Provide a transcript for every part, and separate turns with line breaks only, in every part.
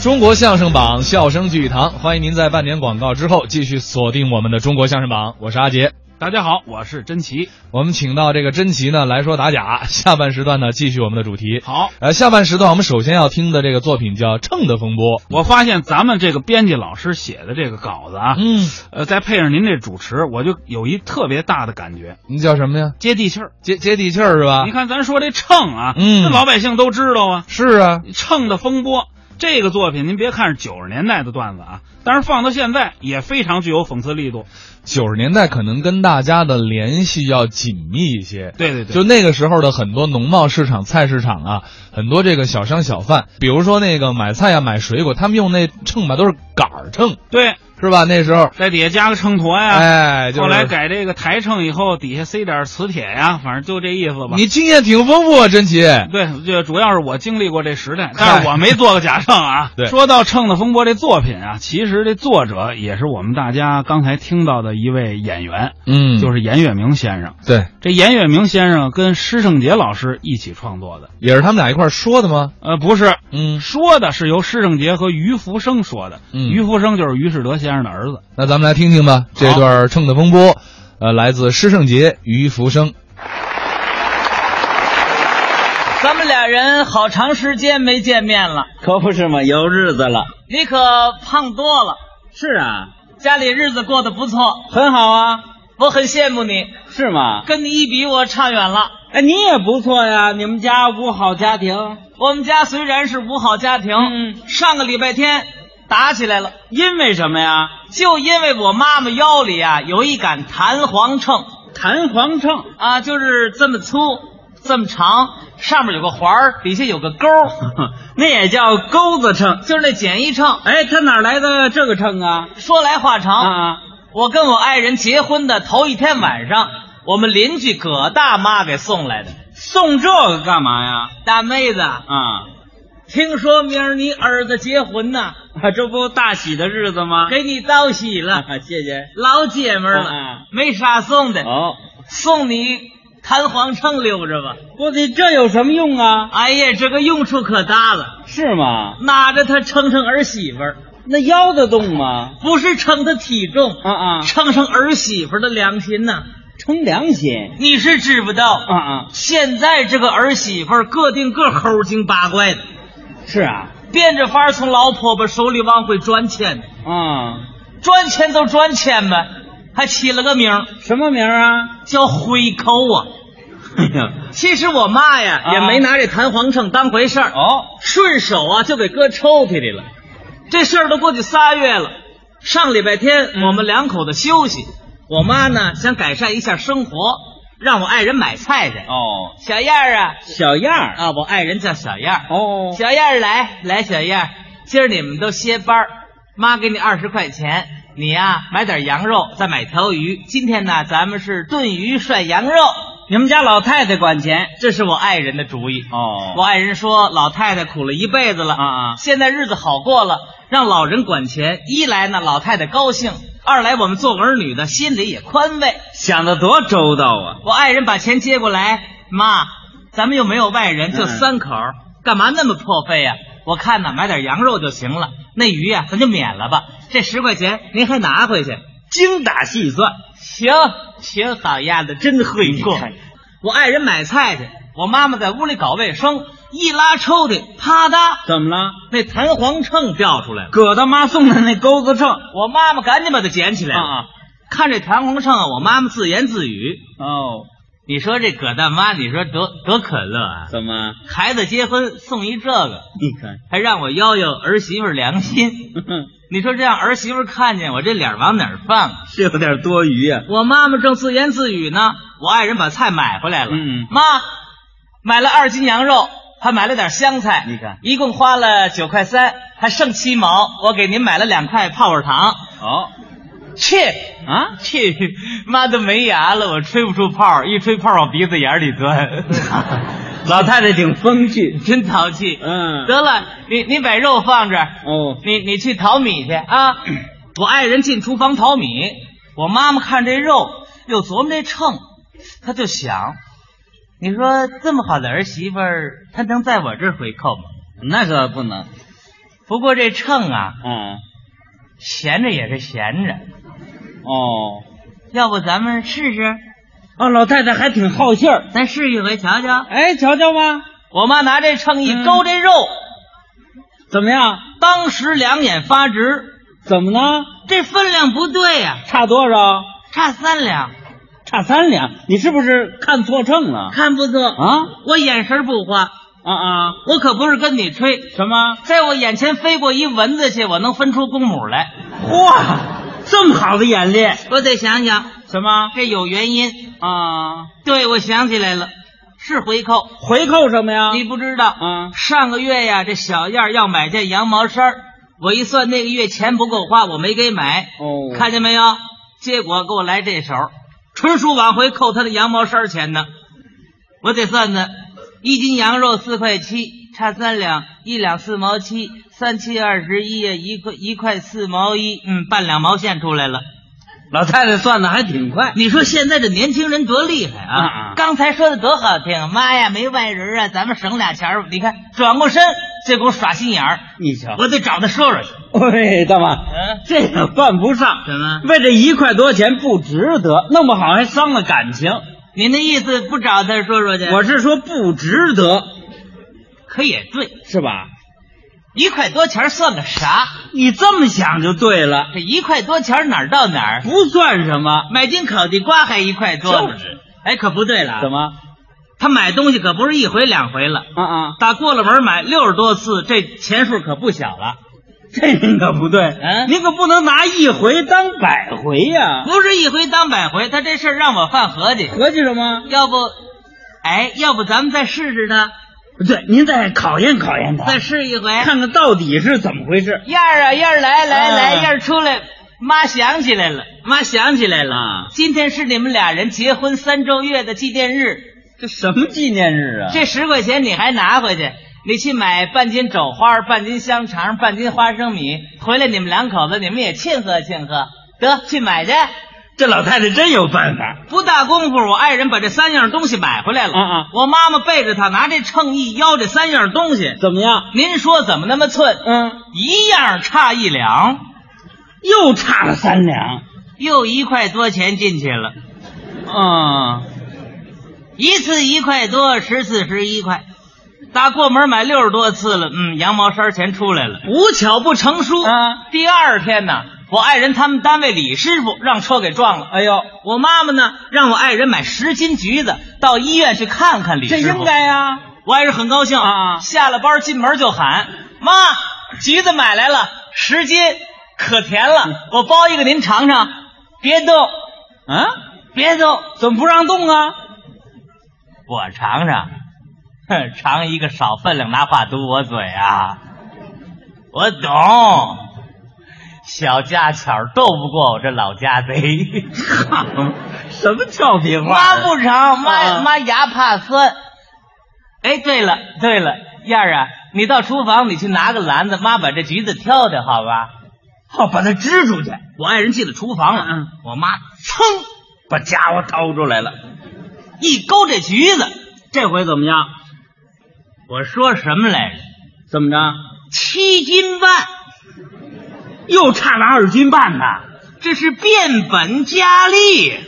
中国相声榜，笑声聚一堂，欢迎您在半年广告之后继续锁定我们的中国相声榜，我是阿杰。
大家好，我是甄奇。
我们请到这个甄奇呢来说打假， 下半时段呢继续我们的主题。
好，
呃，下半时段我们首先要听的这个作品叫《秤的风波》。
我发现咱们这个编辑老师写的这个稿子啊，
嗯，
呃，再配上您这主持，我就有一特别大的感觉，
你叫什么呀？
接地气儿。
接接地气儿是吧
嗯
你？看，咱说这秤啊，
啊嗯
那老百姓都知道啊，
是啊，
秤的风波。这个作品，您别看是九十年代的段子啊，但是放到现在也非常具有讽刺力度。
九十年代可能跟大家的联系要紧密一些。
对对对，
就那个时候的很多农贸市场、菜市场啊，很多这个小商小贩，比如说那个买菜呀、买水果，他们用那秤吧，都是杆儿秤，
对，
是吧？那时候，
在底下加个秤砣呀、
哎，就是、
啊后来改这个台秤以后，底下塞点磁铁呀、反正就这意思吧。
你经验挺丰富啊，甄奇。。
对，这主要是我经历过这时代，但是我没做过假秤啊
对
说到《秤的风波》这作品啊，其实这作者也是我们大家刚才听到的一位演员，
嗯，
就是严月明先生。
对，
这严月明先生跟施圣杰老师一起创作的，
也是他们俩一块儿说的吗？
呃，不是
嗯，
说的是由施圣杰和于福生说的。
嗯
于福生就是于世德先生的儿子。
那咱们来听听吧，这段秤的风波，呃，来自施圣杰、于福生。
咱们俩人好长时间没见面了，
可不是嘛，有日子了。
你可胖多了，
是啊，
家里日子过得不错，
很好啊，
我很羡慕你。
是吗？
跟你一比，我差远了。
哎，你也不错呀，你们家五好家庭，
我们家虽然是五好家庭，
嗯
上个礼拜天打起来了，
因为什么呀？
就因为我妈妈腰里啊有一杆弹簧秤
弹簧秤。
啊，就是这么粗，这么长，上面有个环儿，底下有个钩儿，
那也叫钩子秤，
就是那简易秤。
哎，它哪来的这个秤啊？
说来话长
啊，
我跟我爱人结婚的头一天晚上，我们邻居葛大妈给送来的。
送这个干嘛呀？
大妹子，
啊，
听说明儿你儿子结婚呐，
啊这不大喜的日子吗？
给你道喜了，
啊，谢谢。
老姐们儿了，
啊
没啥送的，
哦，
送你弹簧秤留着吧。
不，你这有什么用啊？
哎呀，这个用处可大了，
是吗？
拿着它称称儿媳妇儿，
那腰得动吗？
不是称她体重，
啊啊，
称称儿媳妇儿的良心呐。
称良心。
你是知不道，
啊啊，
现在这个儿媳妇儿个顶个猴精八怪的。
是啊，
变着法儿从老婆婆手里往回赚钱，
啊，
赚钱就赚钱呗，还起了个名儿
什么名儿啊？
叫灰抠啊。
哎呀，
其实我妈呀、
啊
也没拿这弹簧秤当回事儿，
哦，
顺手啊就给搁抽屉里了。这事儿都过去仨月了，上礼拜天、我们两口子休息，我妈呢想改善一下生活，让我爱人买菜去。
哦，
小燕儿啊
小样儿，
啊，我爱人叫小燕儿。
哦，
小燕儿来来，小燕儿，今儿你们都歇班儿，妈给你二十块钱，你呀、买点羊肉，再买条鱼。今天呢，咱们是炖鱼涮羊肉。你们家老太太管钱，这是我爱人的主意。
哦
我爱人说，老太太苦了一辈子了
啊啊
现在日子好过了，让老人管钱，一来呢，老太太高兴；二来我们做儿女的心里也宽慰。
想的多周到啊！
我爱人把钱接过来，妈，咱们又没有外人，就
嗯
三口儿，干嘛那么破费呀、我看呢，买点羊肉就行了，那鱼呀、咱就免了吧。这十块钱您还拿回去。
精打细算，
行行，好丫的，真会过
你看。
我爱人买菜去，我妈妈在屋里搞卫生，一拉抽屉，啪嗒，
怎么了？
那弹簧秤掉出来了。
葛大妈送 的那钩子秤
我妈妈赶紧把它捡起来了。
啊啊！
看这弹簧秤啊，我妈妈自言自语
哦，：“
你说这葛大妈，你说多多可乐啊！”
怎么？
孩子结婚送一这个，
你看，
还让我要要儿媳妇儿良心。你说这样儿媳妇儿看见我这脸儿往哪儿放啊？
是有点多余啊呀、
我妈妈正自言自语呢，我爱人把菜买回来了。
嗯
妈，买了二斤羊肉，还买了点香菜。
你看
一共花了九块三，还剩七毛。我给您买了两块泡泡糖。
哦
切
啊，
切， 妈都没牙了，我吹不出泡儿，一吹泡儿往鼻子眼儿里 钻，
老太太挺风趣。
真淘气。
嗯，
得了，你你把肉放这儿，
哦，
你你去淘米去啊！ 我爱人进厨房淘米，我妈妈看这肉，又琢磨这秤，她就想，你说这么好的儿媳妇儿，她能在我这儿回扣吗？
那可不能。
不过这秤啊，
嗯，
闲着也是闲着，
哦，
要不咱们试试？
哦，老太太还挺好信儿。
咱试一回瞧瞧。
哎，瞧瞧吧，
我妈拿这秤一
嗯
勾这肉，
怎么样？
当时两眼发直，
怎么呢？
这分量不对呀、
差多少？
差三两，
差三两。你是不是看错秤了？
看不错
啊
我眼神不花，
啊啊！
我可不是跟你吹，
什么？
在我眼前飞过一蚊子去，我能分出公母来。
嚯，这么好的眼力！
我得想想，
什么
这有原因。
啊？
对，我想起来了，是回扣。
回扣什么呀？
你不知道，
啊
上个月呀，这小燕儿要买件羊毛衫儿，我一算那个月钱不够花，我没给买。
哦
看见没有？结果给我来这手，纯属往回扣他的羊毛衫儿钱呢。我得算算，一斤羊肉四块七，差三两，一两四毛七，三七二十一呀，一块一块四毛一，嗯，半两毛线出来了。
老太太算的还挺快。
你说现在这年轻人多厉害啊！
啊啊
刚才说的多好听，妈呀，没外人啊，咱们省俩钱儿吧。你看，转过身就给我耍心眼儿，
你瞧，
我得找他说说去。
喂，大妈，
嗯
这个犯不上。
怎么
为这一块多钱不值得，弄不好还伤了感情。
您的意思不找他说说去？
我是说不值得，
可也对，
是吧？
一块多钱儿算个啥？
你这么想就对了，
这一块多钱儿哪儿到哪儿？
不算什么。
买斤烤地瓜还一块多呢。
就是
哎，可不对了，
怎？么？
他买东西可不是一回两回了，
啊啊，
打过了门买六十多次，这钱数可不小了。
这您可不对，
嗯
您可不能拿一回当百回呀、
不是一回当百回，他这事儿让我犯合计。
合计什么？
要不，哎，要不咱们再试试他，
对，您再考验考验
再
他，
试一回。
看看到底是怎么回事。
燕儿啊，燕儿来来
啊
来，燕儿出来。妈想起来了，妈想起来了，
啊
今天是你们俩人结婚三周月的纪念日，
这什么纪念日啊？
这十块钱你还拿回去，你去买半斤肘花、半斤香肠、半斤花生米，回来你们两口子你们也庆贺庆贺，得去买去。
这老太太真有办法。
不大功夫，我爱人把这三样东西买回来了。
啊啊
我妈妈背着他拿这秤一腰，这三样东西，
怎么样？
您说怎么那么寸？
嗯，
一样差一两，
又差了三两。
又一块多钱进去了。
啊，
一次一块多，十次十一块。打过门买六十多次了，嗯，羊毛衫钱出来了，无巧不成书
啊！
第二天呢，我爱人他们单位李师傅让车给撞了，
哎呦，
我妈妈呢让我爱人买十斤橘子，到医院去看看李
这
师傅。
应该呀、
我还是很高兴
啊
下了班进门就喊妈，橘子买来了，十斤，可 甜了，我包一个您尝尝。别动，
啊。
别动，
怎么不让动啊？
我尝尝，哼，尝一个少分量，拿话堵我嘴啊！我懂，小家巧儿斗不过我这老家贼。
什么俏皮话
妈
啊？
不成，妈、
啊
妈牙怕酸。哎，对了对了，燕儿啊，你到厨房你去拿个篮子，妈把这橘子挑挑，好吧？
哦，把它支出去，
我爱人进了厨房了，
嗯嗯
我妈噌
把家伙掏出来了。
一勾这橘子，
这回怎么样？
我说什么来着？
怎么着？
七斤半，
又差了二斤半呢。
这是变本加厉。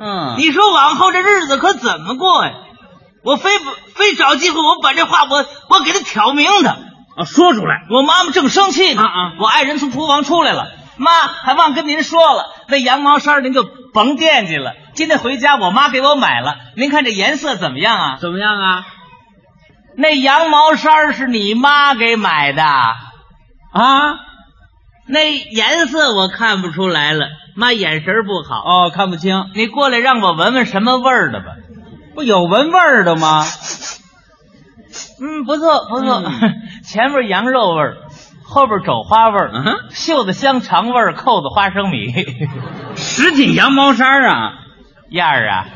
嗯
你说往后这日子可怎么过呀？我非不非找机会，我把这话我我给他挑明他。
啊，说出来。
我妈妈正生气呢，
啊啊
我爱人从厨房出来了，妈还忘跟您说了，那羊毛衫儿您就甭惦记了。今天回家我妈给我买了，您看这颜色怎么样啊？
怎么样啊？
那羊毛衫儿是你妈给买的，
啊？
那颜色我看不出来了，妈眼神儿不好。
哦，看不清，
你过来让我闻闻什么味儿的吧。
不有闻味儿的吗？
嗯，不错不错，
嗯
前面羊肉味儿，后边肘花味儿，
嗯哼
袖子香肠味儿，扣子花生米。
十斤羊毛衫儿啊！
燕儿啊，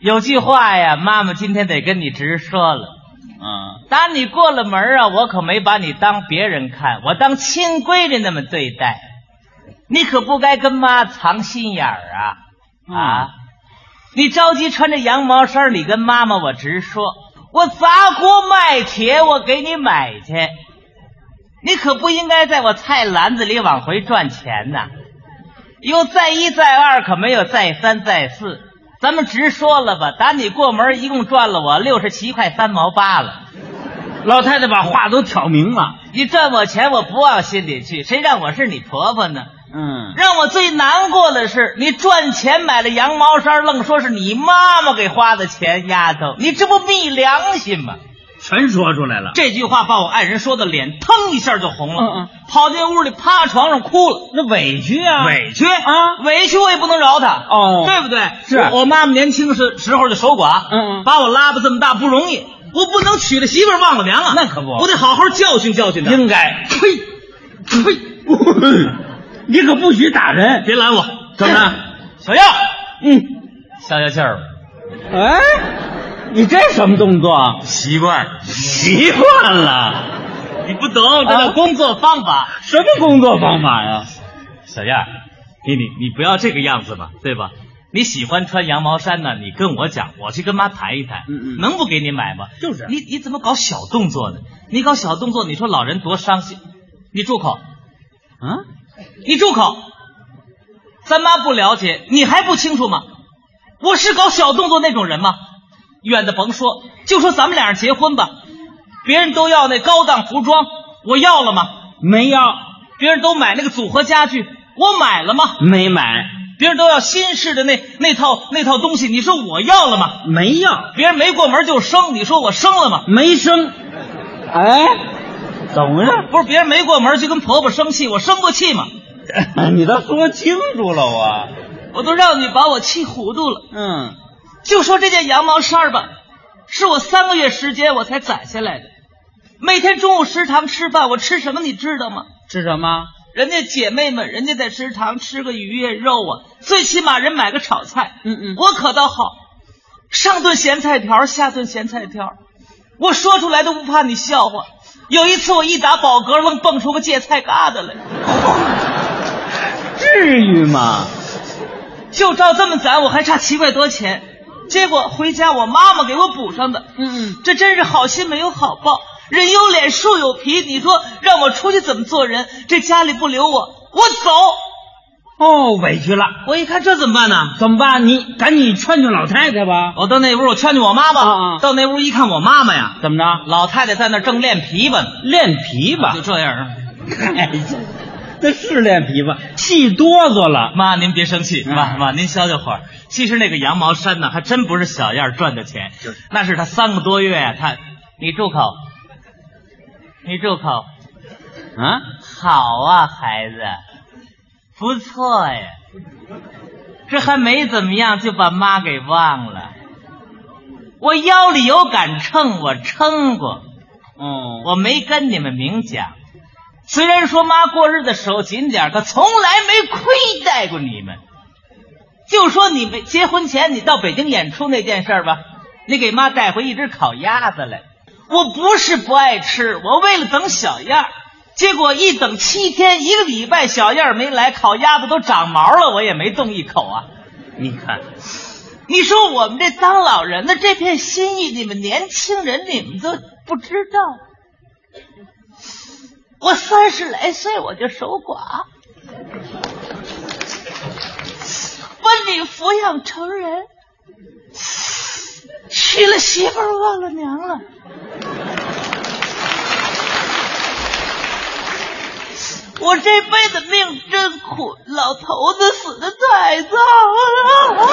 有句话呀，妈妈今天得跟你直说了。
啊，
打你过了门啊，我可没把你当别人看，我当亲闺女那么对待。你可不该跟妈藏心眼儿啊啊！你着急穿着羊毛衫儿，你跟妈妈我直说，我砸锅卖铁，我给你买去。你可不应该在我菜篮子里往回赚钱呐！有再一再二，可没有再三再四。咱们直说了吧，打你过门一共赚了我六十七块三毛八了。
老太太把话都挑明了。
你赚我钱，我不往心里去，谁让我是你婆婆呢？
嗯，
让我最难过的是，你赚钱买了羊毛衫，愣说是你妈妈给花的钱，丫头，你这不昧良心吗？
全说出来了。
这句话把我爱人说的脸腾一下就红了，
嗯嗯
跑进屋里趴床上哭了。
那委屈啊，
委屈
啊，
委屈我也不能饶他，
哦
对不对？
是
我我妈妈年轻时时候就守寡，
嗯嗯
把我拉吧这么大不容易，我不能娶了媳妇儿忘了娘啊，
那可不
我得好好教训教训她。
应该。
呸呸，你可不许打人。
别拦我，
怎么了？
小耀，
嗯，
消消气儿吧，
哎，你这什么动作？
习惯，
习惯了，
你不懂
这
啊
叫工作方法。
什么工作方法呀？
小燕，你你你不要这个样子嘛，对吧？你喜欢穿羊毛衫呢，你跟我讲，我去跟妈谈一谈，
嗯嗯
能不给你买吗？
就是
你你怎么搞小动作呢？你搞小动作，你说老人多伤心。你住口！
啊，
你住口！咱妈不了解，你还不清楚吗？我是搞小动作那种人吗？远的甭说，就说咱们俩人结婚吧，别人都要那高档服装，我要了吗？
没要，
别人都买那个组合家具，我买了吗？
没买，
别人都要新式的那那套那套东西，你说我要了吗？
没要，
别人没过门就生，你说我生了吗？
没生。哎，怎么 了？
不是别人没过门就跟婆婆生气，我生过气吗？
你倒说清楚了我。
我都让你把我气糊涂了。
嗯，
就说这件羊毛衫儿吧，是我三个月时间我才攒下来的。每天中午食堂吃饭，我吃什么你知道吗？
吃什么？
人家姐妹们，人家在食堂吃个鱼呀肉啊，最起码人买个炒菜。
嗯嗯
我可倒好，上顿咸菜条，下顿咸菜条，我说出来都不怕你笑话。有一次我一打饱嗝，愣蹦出个芥菜疙瘩来。
至于吗？
就照这么攒，我还差七块多钱。结果回家我妈妈给我补上的。
嗯
这真是好心没有好报，人有脸树有皮。你说让我出去怎么做人？这家里不留我，我走。
哦，委屈了，
我一看这怎么办呢？
怎么办？你赶紧劝劝老太太吧。
我到那屋，我劝劝我妈妈。
啊啊
到那屋一看，我妈妈呀，
怎么着？
老太太在那儿正练琵琶呢，
练琵
就
琶？
这样啊。
哎呀，那是练琵琶，气哆嗦了。
妈，您别生气，
嗯
妈妈您消消火儿。其实那个羊毛衫呢，还真不是小燕儿赚的钱，
就是
那是她三个多月，她，你住口，你住口，
啊，
好啊，孩子，不错呀，这还没怎么样就把妈给忘了。我腰里有杆秤，我称过，
哦，
我没跟你们明讲。虽然说妈过日子手紧点儿，可从来没亏待过你们。就说你们结婚前你到北京演出那件事儿吧，你给妈带回一只烤鸭子来。我不是不爱吃，我为了等小燕儿，结果一等七天一个礼拜，小燕儿没来，烤鸭子都长毛了，我也没动一口啊。
你看，
你说我们这当老人的这片心意，你们年轻人你们都不知道。我三十来岁我就守寡，把你抚养成人，娶了媳妇儿忘了娘了。我这辈子命真苦，老头子死的太早了。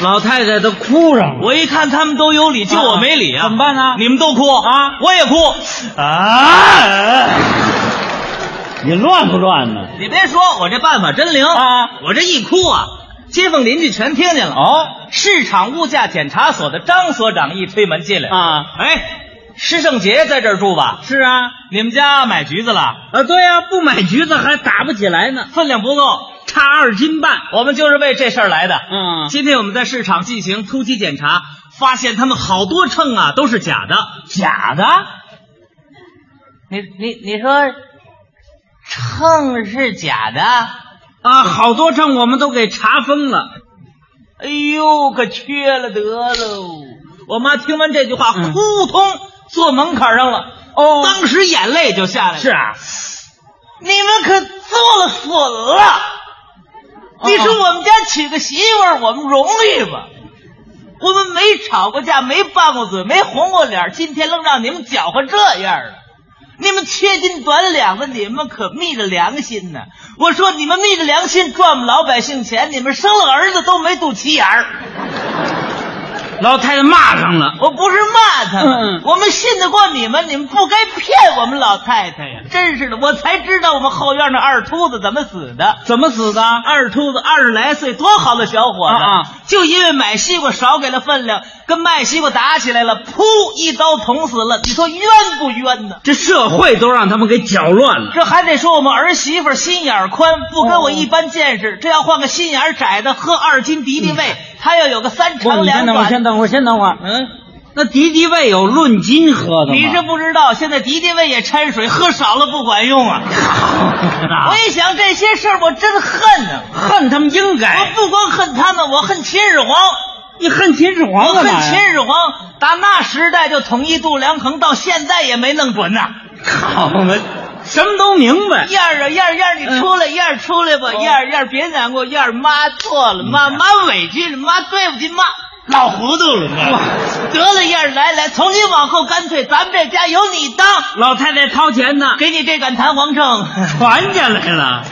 老太太都哭上了。
我一看他们都有理，就我没理啊！
怎么办呢
你们都哭
啊
我也哭。
啊！你乱不乱呢？
你别说，我这办法真灵
啊！
我这一哭啊，街坊邻居全听见了。
哦，
市场物价检查所的张所长一推门进来
啊，
哎，施圣杰在这儿住吧？
是啊，
你们家买橘子了？
啊，对呀、不买橘子还打不起来呢，
分量不够，
差二斤半。
我们就是为这事儿来的。
嗯
今天我们在市场进行突击检查，发现他们好多秤啊都是假的。
假的？
你你你说，秤是假的？
啊，好多秤我们都给查封了。
哎呦，可缺了得喽！我妈听完这句话，
嗯
扑通坐门槛上了。
哦
当时眼泪就下来了。
是啊，
你们可做了损了！你说我们家娶个媳妇儿，我们容易吗？我们没吵过架，没拌过嘴，没红过脸，今天愣让你们搅和这样了。你们缺斤短两的，你们可昧着良心呢！我说你们昧着良心赚我们老百姓钱，你们生了儿子都没肚脐眼儿。
老太太骂上了，
我不是骂他们，
嗯
我们信得过你们，你们不该骗我们老太太呀！真是的，我才知道我们后院那二秃子怎么死的。
怎么死的？
二秃子二十来岁，多好的小伙子！
啊啊
就因为买西瓜少给了分量，跟卖西瓜打起来了，噗，一刀捅死了。你说冤不冤呢？
这社会都让他们给搅乱了。
这还得说我们儿媳妇心眼儿宽，不跟我一般见识。这要换个心眼儿窄的，喝二斤敌敌畏，他要有个三长
嗯你
两
先等会儿，
短
先。等会儿，先等会儿。
嗯，
那敌敌畏有论斤喝的吗？
你是不知道，现在敌敌畏也掺水，喝少了不管用啊。
啊
我一想这些事儿，我真恨呐、
恨他们应该
我，不光恨他们，我恨秦始皇。
你恨秦始
我
皇干
恨
嘛呀？
秦始皇，打那时代就统一度量衡，到现在也没弄准呐、
好 嘛，什么都明白。
燕儿啊燕儿燕儿，你出来
嗯
燕儿出来
哦
吧，燕儿燕儿别难过，燕儿妈错了，
嗯
妈妈委屈了，妈对不起妈。老糊涂了，妈。得了，燕儿来来，从今往后干脆咱们这家有你当，
老太太掏钱呢，
给你这杆弹簧秤。
传下来了。